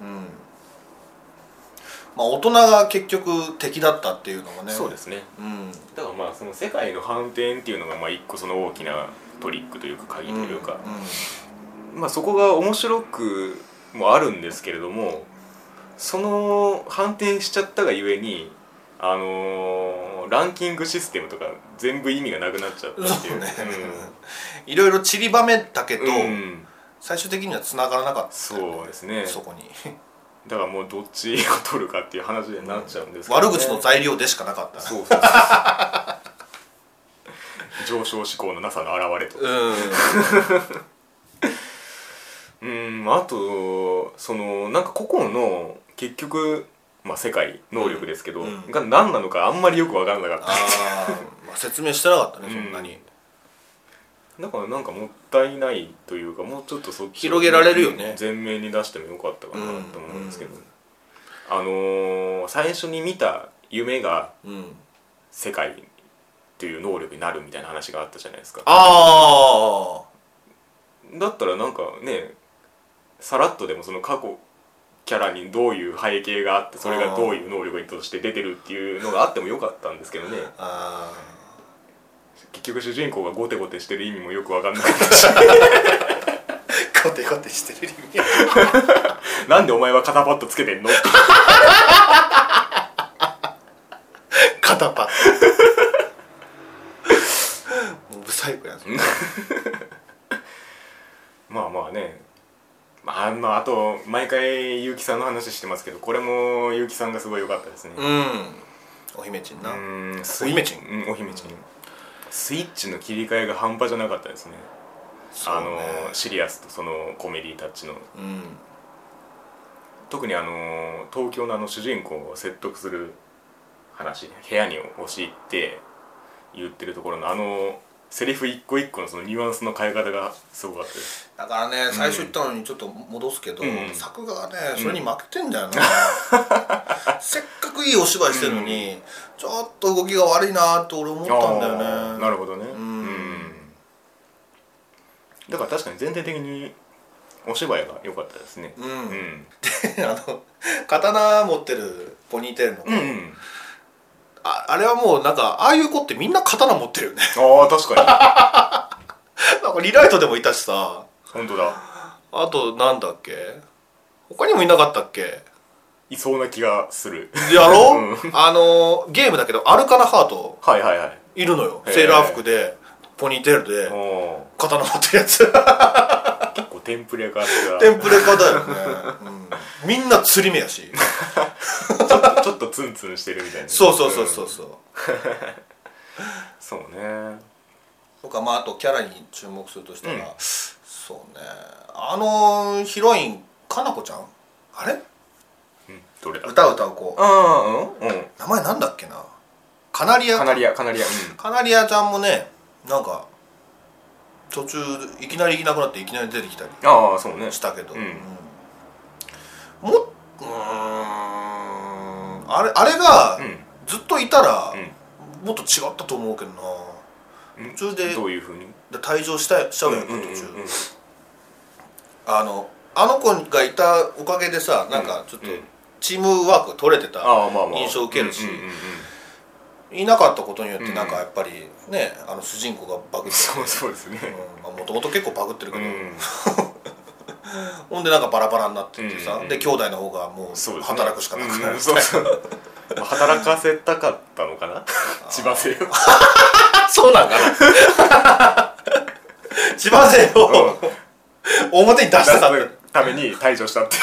Speaker 2: まあ大人が結局敵だったっていうのがね、
Speaker 1: そうですすね
Speaker 2: うん、
Speaker 1: だからまあその世界の反転っていうのがまあ一個その大きなトリックというか鍵というか、まあ、そこが面白くもあるんですけれどもその反転しちゃったがゆえにあのーランキングシステムとか全部意味がなくなっちゃったっていう
Speaker 2: そうね <laughs> いろいろ散りばめたけど、
Speaker 1: うんうん
Speaker 2: 最終的には繋がらなかったよね、
Speaker 1: そうですね
Speaker 2: そこに
Speaker 1: だからもうどっちを取るかっていう話になっちゃうんですけどね、
Speaker 2: 悪口の材料でしかなかった
Speaker 1: そうそうそう上昇志向のなさの表れと
Speaker 2: うん
Speaker 1: うんあとそのなんか個々の結局まあ世界能力ですけど、
Speaker 2: うん
Speaker 1: が何なのかあんまりよく分からなかった
Speaker 2: あー、まあ説明してなかったねそんなに、
Speaker 1: うんだからなんかもったいないというかもうちょっとそっちを
Speaker 2: 広げられるよね
Speaker 1: 全面に出してもよかったかなと思うんですけど、
Speaker 2: うんうん
Speaker 1: あのー最初に見た夢が
Speaker 2: うん、
Speaker 1: 世界っていう能力になるみたいな話があったじゃないですか
Speaker 2: あ
Speaker 1: だったらなんかねさらっとでもその過去キャラにどういう背景があってそれがどういう能力として出てるっていうのがあってもよかったんですけどね
Speaker 2: ああ
Speaker 1: 結局主人公がゴテゴテしてる意味もよく分かんなかったし
Speaker 2: ーコテコテしてる意味
Speaker 1: <laughs> なんでお前は肩パッドつけてんのって
Speaker 2: 肩パッもうブサイクやんそれ
Speaker 1: まあまあねまあ、まあ、あと毎回結城さんの話してますけどこれも結城さんがすごい良かったですね
Speaker 2: うんお姫ちんな、
Speaker 1: うん
Speaker 2: お姫ちん
Speaker 1: うんお姫ちんスイッチの切り替えが半端じゃなかったですね
Speaker 2: そう
Speaker 1: あ
Speaker 2: ね
Speaker 1: のシリアスとそのコメディタッチの
Speaker 2: うん
Speaker 1: 特にあの東京のあの主人公を説得する話部屋に押し入って言ってるところのあのセリフ一個一個のそのニュアンスの変え方がすごかったです
Speaker 2: だからね最初言ったのにちょっと戻すけど、
Speaker 1: うん
Speaker 2: 作画がねそれに負けてんだよな、
Speaker 1: <laughs>
Speaker 2: <laughs> せっかくいいお芝居してるのに、ちょっと動きが悪いなって俺思ったんだよね
Speaker 1: あーなるほどね
Speaker 2: ん
Speaker 1: だから確かに全体的にお芝居が良かったですね
Speaker 2: うん
Speaker 1: うん、
Speaker 2: <laughs> あの刀持ってるポニーテールの子、
Speaker 1: うんうん
Speaker 2: ああれはもうなんかああいう子ってみんな刀持ってるよね <laughs>
Speaker 1: ああ確か
Speaker 2: なんかリライトでもいたしさ
Speaker 1: に本当だ
Speaker 2: あとなんだっけ他にもいなかったっけ
Speaker 1: いそうな気がする <laughs>
Speaker 2: やろ、あのゲームだけどアルカナハート
Speaker 1: はいはいはい
Speaker 2: いるのよ
Speaker 1: へー
Speaker 2: セーラー服でポニーテールで
Speaker 1: おー
Speaker 2: 刀持ってるやつ
Speaker 1: 結構テンプレ化した
Speaker 2: <laughs> テンプレ化だよね、うんみんな釣り目やし
Speaker 1: ちょっとちょっとツンツンしてるみたいな
Speaker 2: そうそうそうそ
Speaker 1: う
Speaker 2: う
Speaker 1: ん
Speaker 2: そう
Speaker 1: そうね
Speaker 2: とかまああとキャラに注目するとしたら、
Speaker 1: うん
Speaker 2: そうねあのヒロインかなこちゃんあれ
Speaker 1: うんどれだ
Speaker 2: 歌歌う子
Speaker 1: ああうんうん
Speaker 2: 名前なんだっけなカナリア
Speaker 1: カナリアカナリア
Speaker 2: カナリアちゃんもねなんか途中いきなりいなくなっていきなり出てきたり
Speaker 1: うんああそうね
Speaker 2: したけど、
Speaker 1: うん
Speaker 2: うんもっうーんあれあれが
Speaker 1: うん
Speaker 2: ずっといたら、
Speaker 1: う
Speaker 2: もっと違ったと思うけどな
Speaker 1: うん
Speaker 2: 途中で
Speaker 1: んどういうふうに
Speaker 2: で退場したしちゃうやんか
Speaker 1: うんうん
Speaker 2: 途中、
Speaker 1: うんうん
Speaker 2: あのあの子がいたおかげでさなんかちょっと
Speaker 1: うん
Speaker 2: チームワーク取れてた、
Speaker 1: ああまあまあ
Speaker 2: 印象受けるし
Speaker 1: うんうんうんうん
Speaker 2: いなかったことによっ
Speaker 1: うんう
Speaker 2: て
Speaker 1: ん
Speaker 2: なんかやっぱりねあの主人公がバグって
Speaker 1: そうそうですね
Speaker 2: もともと結構バグってるけ
Speaker 1: う
Speaker 2: ど、
Speaker 1: ん
Speaker 2: ほんでなんかバラバラになっててさ、
Speaker 1: うん
Speaker 2: で兄弟の方がも
Speaker 1: そう
Speaker 2: う
Speaker 1: ですね
Speaker 2: 働くしかなくな
Speaker 1: う
Speaker 2: る
Speaker 1: んそう
Speaker 2: <laughs>
Speaker 1: そう <laughs> まあ働かせたかったのかな千葉製を
Speaker 2: あそうなんか <laughs> な千葉勢を表に出したかった
Speaker 1: <laughs> 出すために退場したっていう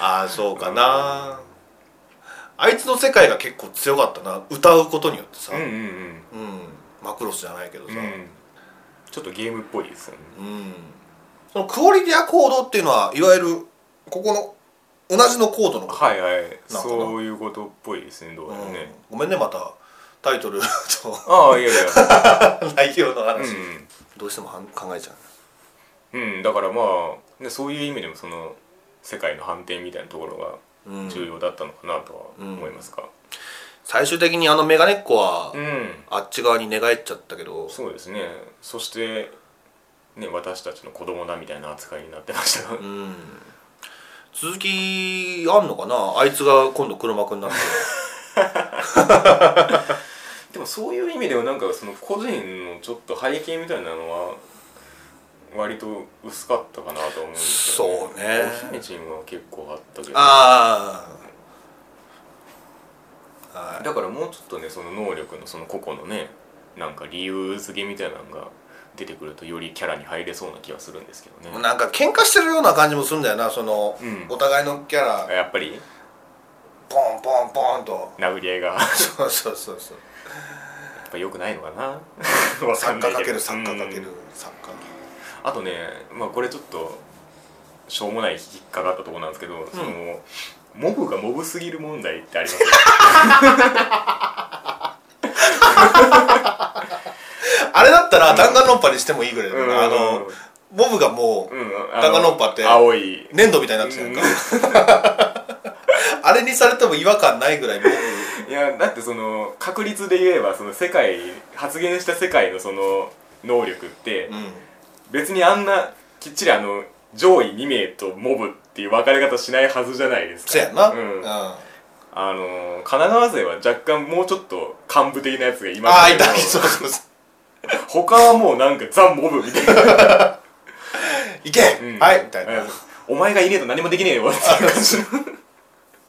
Speaker 2: ああそうかな、あいつの世界が結構強かったな歌うことによってさ、
Speaker 1: うんうん
Speaker 2: うんマクロスじゃないけどさ、
Speaker 1: うんうんちょっとゲームっぽいですよね
Speaker 2: うんそのクオリティやコードっていうのはいわゆるここの同じのコードのこと
Speaker 1: はいはい
Speaker 2: な
Speaker 1: そういうことっぽいですねどうやら
Speaker 2: うん
Speaker 1: ね
Speaker 2: ごめんねまたタイトル <laughs> と
Speaker 1: ああいやいや <laughs>
Speaker 2: 内容の
Speaker 1: う
Speaker 2: 話、
Speaker 1: ん
Speaker 2: どうしてもはん考えちゃう
Speaker 1: うん、だからまあ、ね、そういう意味でもその世界の反転みたいなところ
Speaker 2: う
Speaker 1: が
Speaker 2: ん
Speaker 1: 重要だったのかなとは思いますか
Speaker 2: 最終的にあのメガネっ子は、
Speaker 1: うん、
Speaker 2: あっち側に寝返っちゃったけど
Speaker 1: そうですねそして、ね、私たちの子供だみたいな扱いになってましたが、
Speaker 2: うん続きあんのかなあいつが今度黒幕になって
Speaker 1: <laughs> でもそういう意味ではなんかその個人のちょっと背景みたいなのは割と薄かったかなと思うんですよ
Speaker 2: そうね
Speaker 1: お姫ちんは結構あったけど
Speaker 2: ああはい
Speaker 1: だからもうちょっとねその能力のその個々のねなんか理由付けみたいなのが出てくるとよりキャラに入れそうな気はするんですけどね
Speaker 2: なんか喧嘩してるような感じもするんだよなその、
Speaker 1: うん
Speaker 2: お互いのキャラ
Speaker 1: やっぱり
Speaker 2: ポンポンポンと
Speaker 1: 殴り合いが <laughs> や
Speaker 2: そうそうそうそう
Speaker 1: っぱ良くないのか <laughs> なわ
Speaker 2: サ
Speaker 1: かん
Speaker 2: ッカ
Speaker 1: ない
Speaker 2: ーか
Speaker 1: け
Speaker 2: け
Speaker 1: ど
Speaker 2: るサッカーかけ
Speaker 1: う
Speaker 2: る
Speaker 1: ん
Speaker 2: サッカーか
Speaker 1: あとねまあこれちょっとしょうもない引っかかったところなんですけど、そのモブがモブすぎる問題ってありますよ
Speaker 2: <laughs>
Speaker 1: ね
Speaker 2: けるあれだったら弾丸論破にしてもいいぐらいだよ
Speaker 1: うん
Speaker 2: なあのボブがもう、
Speaker 1: うん
Speaker 2: ダガノッパって
Speaker 1: 青い
Speaker 2: 粘土みたいになってたやんか、 <laughs> あれにされても違和感ないぐらいボブ
Speaker 1: いやだってその確率で言えばその世界発言した世界のその能力って、
Speaker 2: うん
Speaker 1: 別にあんなきっちりあの上位2名とモブっていう分かれ方しないはずじゃないですか
Speaker 2: そうやな
Speaker 1: うん
Speaker 2: うん、あ
Speaker 1: あのー神奈川勢は若干もうちょっと幹部的なやつがいま
Speaker 2: あ
Speaker 1: す
Speaker 2: い
Speaker 1: けど
Speaker 2: たそうそうそう
Speaker 1: 他はもうなんかザ・モブみたいな、
Speaker 2: いけ、
Speaker 1: うん
Speaker 2: はいみたいな、
Speaker 1: う
Speaker 2: うんん
Speaker 1: お前がいねえと何もできねえよっていう感じの <laughs>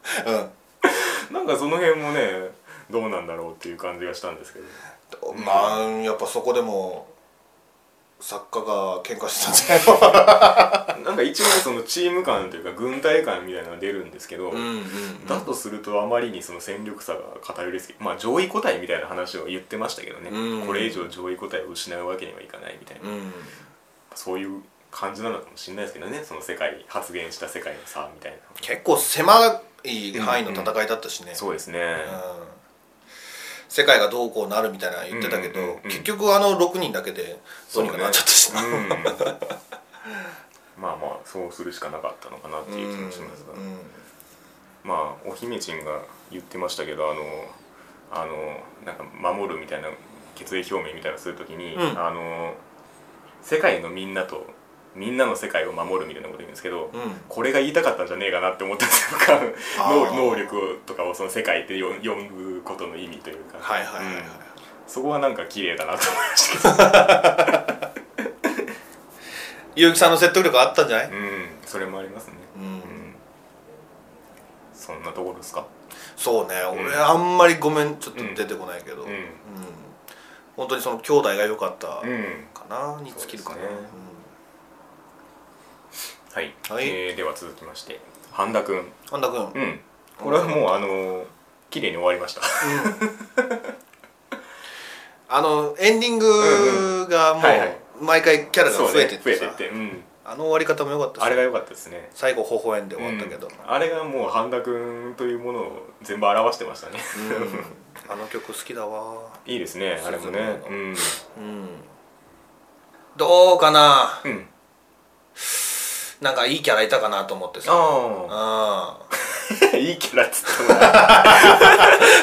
Speaker 1: なんかその辺もねどうなんだろうっていう感じがしたんですけど
Speaker 2: まあやっぱそこでも作家が喧嘩してたんじゃな
Speaker 1: <laughs>
Speaker 2: い
Speaker 1: なんか一応ねそのチーム感というか軍隊感みたいなのが出るんですけど、
Speaker 2: のうん
Speaker 1: だとするとあまりにその戦力差が偏りすぎまあ上位個体みたいな話を言ってましたけどね、
Speaker 2: うん
Speaker 1: これ以上上位個体を失うわけにはいかないみたいな、
Speaker 2: うん
Speaker 1: そういう感じなのかもしれないですけどねその世界発言した世界の差みたいな、
Speaker 2: 結構狭い範囲の戦いだったしね、
Speaker 1: そうですね、
Speaker 2: うん世界がどうこうなるみたいなの言ってたけど、
Speaker 1: うんうんうんうん
Speaker 2: 結局あの6人だけでどうにかなっちゃったしな、
Speaker 1: うんまあまあそうするしかなかったのかなっていう気もしますが、
Speaker 2: うんうん
Speaker 1: まあお姫ちんが言ってましたけどあのあのなんか守るみたいな決意表明みたいなのするときに、
Speaker 2: うん
Speaker 1: あの世界のみんなとみんなの世界を守るみたいなこと言うんですけど、
Speaker 2: うん
Speaker 1: これが言いたかったんじゃねえかなって思ったんですよ僕は
Speaker 2: あー
Speaker 1: 能能力をとかをその世界って呼呼ぶことの意味というか、
Speaker 2: はいはいはい、はい
Speaker 1: うんそこはなんか綺麗だなと思いましたけど
Speaker 2: 結城さんの説得力あったんじゃない、
Speaker 1: うんそれもありますね
Speaker 2: うん
Speaker 1: うんそんなところですか
Speaker 2: そうね
Speaker 1: ん
Speaker 2: 俺あんまりごめんちょっと出てこないけど、
Speaker 1: う
Speaker 2: うんん本当にその兄弟が良かった
Speaker 1: うん
Speaker 2: かな、に尽きるかな、
Speaker 1: そうですねはい、
Speaker 2: はい
Speaker 1: えーでは続きまして半田君
Speaker 2: うん、半田君、
Speaker 1: うんこれはもうあのー綺麗に終わり
Speaker 2: <laughs>
Speaker 1: ました
Speaker 2: あのエンディングがも
Speaker 1: はいはいう
Speaker 2: 毎回キャラが
Speaker 1: そう
Speaker 2: 増え
Speaker 1: ね
Speaker 2: てっ
Speaker 1: 増
Speaker 2: て
Speaker 1: えて
Speaker 2: さ、
Speaker 1: ってうん
Speaker 2: あの終わり方も良かったし
Speaker 1: あれが良かったですね
Speaker 2: 最後微笑んで終わったけど、
Speaker 1: うんあれがもう半田君というものを全部表してましたね
Speaker 2: うんあの曲好きだわ
Speaker 1: いいですねあれもね
Speaker 2: そう
Speaker 1: う
Speaker 2: そ
Speaker 1: ん
Speaker 2: うんどうかな
Speaker 1: うん
Speaker 2: なんかいいキャラいたかなと思ってさ
Speaker 1: あ
Speaker 2: あ
Speaker 1: あ <laughs> いいキャラっつっ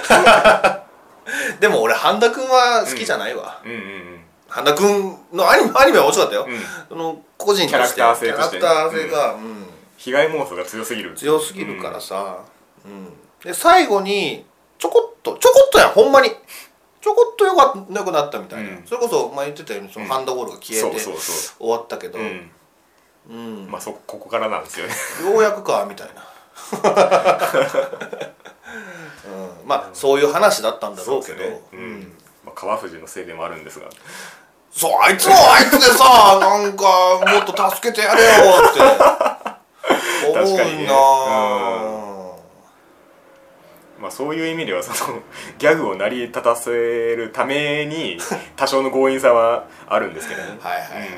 Speaker 1: た
Speaker 2: <laughs>
Speaker 1: な
Speaker 2: でも俺半田君は好きじゃないわ、
Speaker 1: うんうんうん
Speaker 2: 半田君のアニメアニメは面白かったよ、
Speaker 1: うん
Speaker 2: その個人として
Speaker 1: キャラクター性としてね
Speaker 2: キャラクター性が、うん
Speaker 1: 被害妄想が強すぎる
Speaker 2: 強すぎるからさ、うんで最後にちょこっとちょこっとやんほんまにちょこっとよかよくなったみたいな、
Speaker 1: うん
Speaker 2: それこそ前言ってたようにそのハンドボールが消えて、
Speaker 1: うんそうそうそ
Speaker 2: 終わったけど、
Speaker 1: うんうん
Speaker 2: うん
Speaker 1: まあそここからなんですよね
Speaker 2: ようやくかみたいな、 <laughs> うん、まあそういう話だったんだろうけどそう,、
Speaker 1: うんまあ、川藤のせいでもあるんですが
Speaker 2: あいつもあいつでさ <laughs> なんかもっと助けてやれよって思う
Speaker 1: <laughs> 確か
Speaker 2: な
Speaker 1: にねまあ、そういう意味ではその <laughs> ギャグを成り立たせるため
Speaker 2: <laughs>
Speaker 1: に多少の強引さはあるんですけどね
Speaker 2: はいはいはい、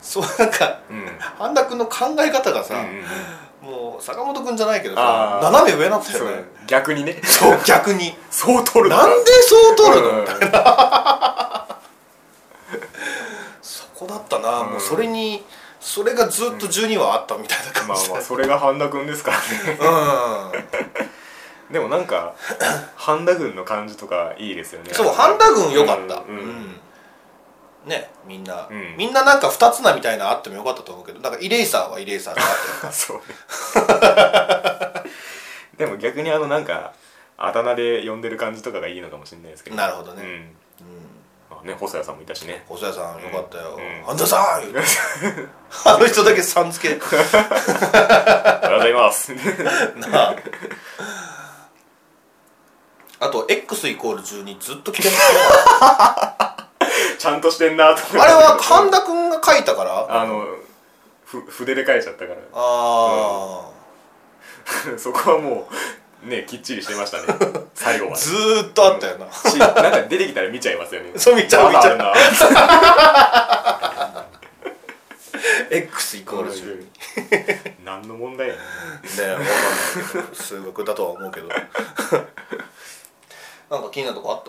Speaker 2: そうなんか
Speaker 1: うん、うん
Speaker 2: 半田君の考え方がさ、
Speaker 1: うんうん
Speaker 2: もう坂本君じゃないけど
Speaker 1: あ
Speaker 2: さ
Speaker 1: ー
Speaker 2: 斜め上なんだ
Speaker 1: そ
Speaker 2: よ
Speaker 1: う
Speaker 2: ね
Speaker 1: 逆にね
Speaker 2: そう逆
Speaker 1: <laughs>
Speaker 2: に
Speaker 1: そう取る
Speaker 2: なんでそう取るの、
Speaker 1: うん
Speaker 2: そこだったな、
Speaker 1: うん
Speaker 2: もうそれにそれがずっと12話あったみたいな
Speaker 1: まあ
Speaker 2: 感じ
Speaker 1: ま
Speaker 2: だ
Speaker 1: あそれが半田君ですからね
Speaker 2: うん
Speaker 1: でもなんか半田軍の感じとかいいですよね
Speaker 2: そう半田軍良かった、
Speaker 1: うんうん
Speaker 2: うんねみんな、
Speaker 1: うん
Speaker 2: みんななんか2つなみたいなのあってもよかったと思うけどなんかイレイサーはイレイサーであったよ
Speaker 1: そうね <laughs> でも逆にあのなんかあだ名で呼んでる感じとかがいいのかもしれないですけど
Speaker 2: なるほどね
Speaker 1: うん
Speaker 2: うん
Speaker 1: まあね細谷さんもいたしね
Speaker 2: 細谷さんよかったよ
Speaker 1: うん
Speaker 2: 「半田さ
Speaker 1: <laughs>
Speaker 2: ん!」言うてあの人だけさん付け
Speaker 1: あ
Speaker 2: <laughs>
Speaker 1: りがとうございます
Speaker 2: なあ <laughs> あと X イコール12ずっと着てます
Speaker 1: ちゃんとしてんなと思って
Speaker 2: よあれは神田君が書いたからあ
Speaker 1: あのふ筆で書いちゃったか
Speaker 2: あ
Speaker 1: ら <laughs> そこはもうねきっちりしてましたね最後ま
Speaker 2: ー
Speaker 1: で
Speaker 2: ずーっとあったよな
Speaker 1: しなんか出てきたら見ちゃいますよね
Speaker 2: そう見ちゃう
Speaker 1: まだあるな
Speaker 2: <laughs> X イコール12ね
Speaker 1: <laughs> 何の問題やねん
Speaker 2: えわかんないけど数学だとは思うけど <laughs> なんか気になるとこあっ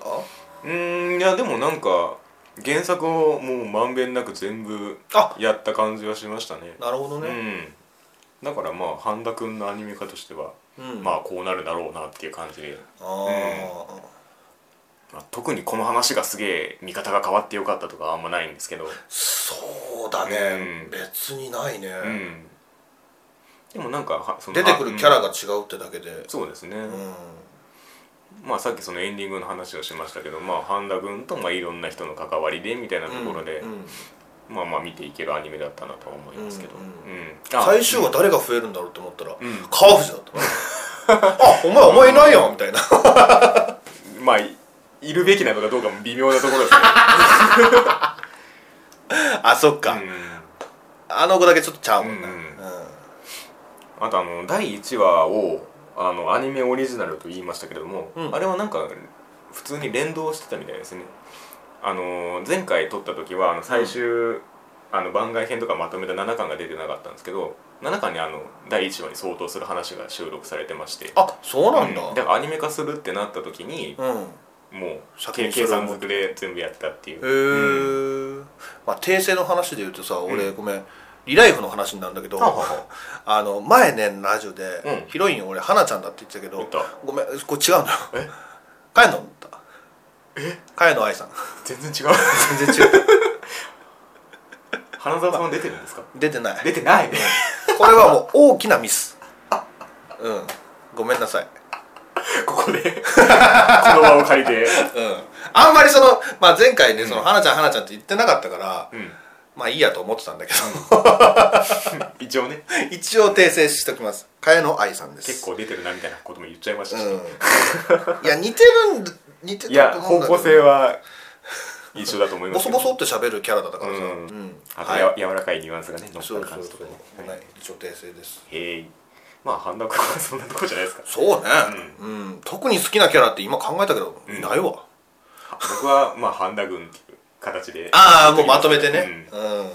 Speaker 1: うーんいやでもなんか原作をもうまんべんなく全部
Speaker 2: あ
Speaker 1: やった感じはしましたね
Speaker 2: たなるほど
Speaker 1: う
Speaker 2: ね、
Speaker 1: んだからまあ半田君のアニメ化としては、
Speaker 2: うん
Speaker 1: まあこうなるだろうなっていう感じで、
Speaker 2: あー、
Speaker 1: まあ特にこの話がすげえ見方が変わってよかったとかあんまないんですけど、
Speaker 2: そうだね、
Speaker 1: うん
Speaker 2: 別にないね、
Speaker 1: うんでもなんかはその
Speaker 2: 出てくるキャラ
Speaker 1: あ
Speaker 2: が違うってだけで
Speaker 1: うんそうですね、
Speaker 2: うん
Speaker 1: まあさっきそのエンディングの話をしましたけどまあ半田君とまあいろんな人の関わりでみたいなところで、
Speaker 2: うんうん
Speaker 1: まあまあ見ていけるアニメだったなとは思いますけど、
Speaker 2: う
Speaker 1: うんん
Speaker 2: う
Speaker 1: あ
Speaker 2: 最終話誰が増えるんだろうって思ったら、
Speaker 1: ん
Speaker 2: 川藤だった
Speaker 1: <laughs>
Speaker 2: あお前お前いないやんみたいな
Speaker 1: まあいいるべきなのかどうかも微妙なところですけ
Speaker 2: あそっ
Speaker 1: <laughs>
Speaker 2: か、
Speaker 1: ど、
Speaker 2: あの子だけちょっとちゃうもんな、
Speaker 1: うんうん
Speaker 2: うん
Speaker 1: あとあの第1話をあのアニメオリジナルと言いましたけれども、
Speaker 2: うん
Speaker 1: あれはなんか普通に連動してたみたいですねあの前回撮った時はあの最終、あの番外編とかまとめた7巻が出てなかったんですけど7巻にあの第1話に相当する話が収録されてまして
Speaker 2: あそうなん
Speaker 1: うん
Speaker 2: だ
Speaker 1: だからアニメ化するってなった時に、
Speaker 2: うん、へ
Speaker 1: もう
Speaker 2: 先
Speaker 1: 計
Speaker 2: に
Speaker 1: 計
Speaker 2: それを
Speaker 1: 算づくで全部やったってい
Speaker 2: え、
Speaker 1: う、うん
Speaker 2: まあ訂正の話で言うとさ俺、
Speaker 1: うん
Speaker 2: ごめんリライフの話になるんだけど、
Speaker 1: はあはあは
Speaker 2: <laughs> あの前ねラジオで、
Speaker 1: うん
Speaker 2: ヒロイン俺花ちゃんだって言ってたけど
Speaker 1: 言った
Speaker 2: ごめんこれ違うんだよ
Speaker 1: え
Speaker 2: 茅野だった茅野愛さん
Speaker 1: <laughs> 全然違う
Speaker 2: 全然違う
Speaker 1: 花澤さんは出てるんですか
Speaker 2: <laughs> 出てない
Speaker 1: 出てないね
Speaker 2: これはもう大きなミスうんごめんなさい
Speaker 1: ここ
Speaker 2: <laughs>
Speaker 1: でこの場を借りて
Speaker 2: うんあんまりその、まあ、前回ねその、花ちゃん花ちゃんって言ってなかったから、
Speaker 1: うん
Speaker 2: まあいいやと思ってたんだけ
Speaker 1: 一応ね
Speaker 2: ど一応訂正しておきます茅野愛さんです
Speaker 1: 結構出てるなみたいなことも言っちゃいましたし、
Speaker 2: うん、いや似てるんだ似て
Speaker 1: い
Speaker 2: た
Speaker 1: や
Speaker 2: と思う
Speaker 1: 方
Speaker 2: んだけど
Speaker 1: 向性は一緒だと思いま
Speaker 2: ボ
Speaker 1: す
Speaker 2: ソ
Speaker 1: けど
Speaker 2: ボソって喋るキャラだったからさ、
Speaker 1: う
Speaker 2: うんん
Speaker 1: あと
Speaker 2: はい
Speaker 1: や、柔らかいニュアンスがね乗っ
Speaker 2: そ
Speaker 1: か
Speaker 2: う
Speaker 1: る
Speaker 2: そ
Speaker 1: 感
Speaker 2: う
Speaker 1: じと
Speaker 2: そ
Speaker 1: かねは
Speaker 2: う、はいい、一応訂正です
Speaker 1: へいまあ半田君はそんなとこじゃないですか
Speaker 2: そうね、うん特に好きなキャラって今考えたけど、いないわ
Speaker 1: 僕はまあ半田君っていう形で
Speaker 2: ああもうまとめてねうん、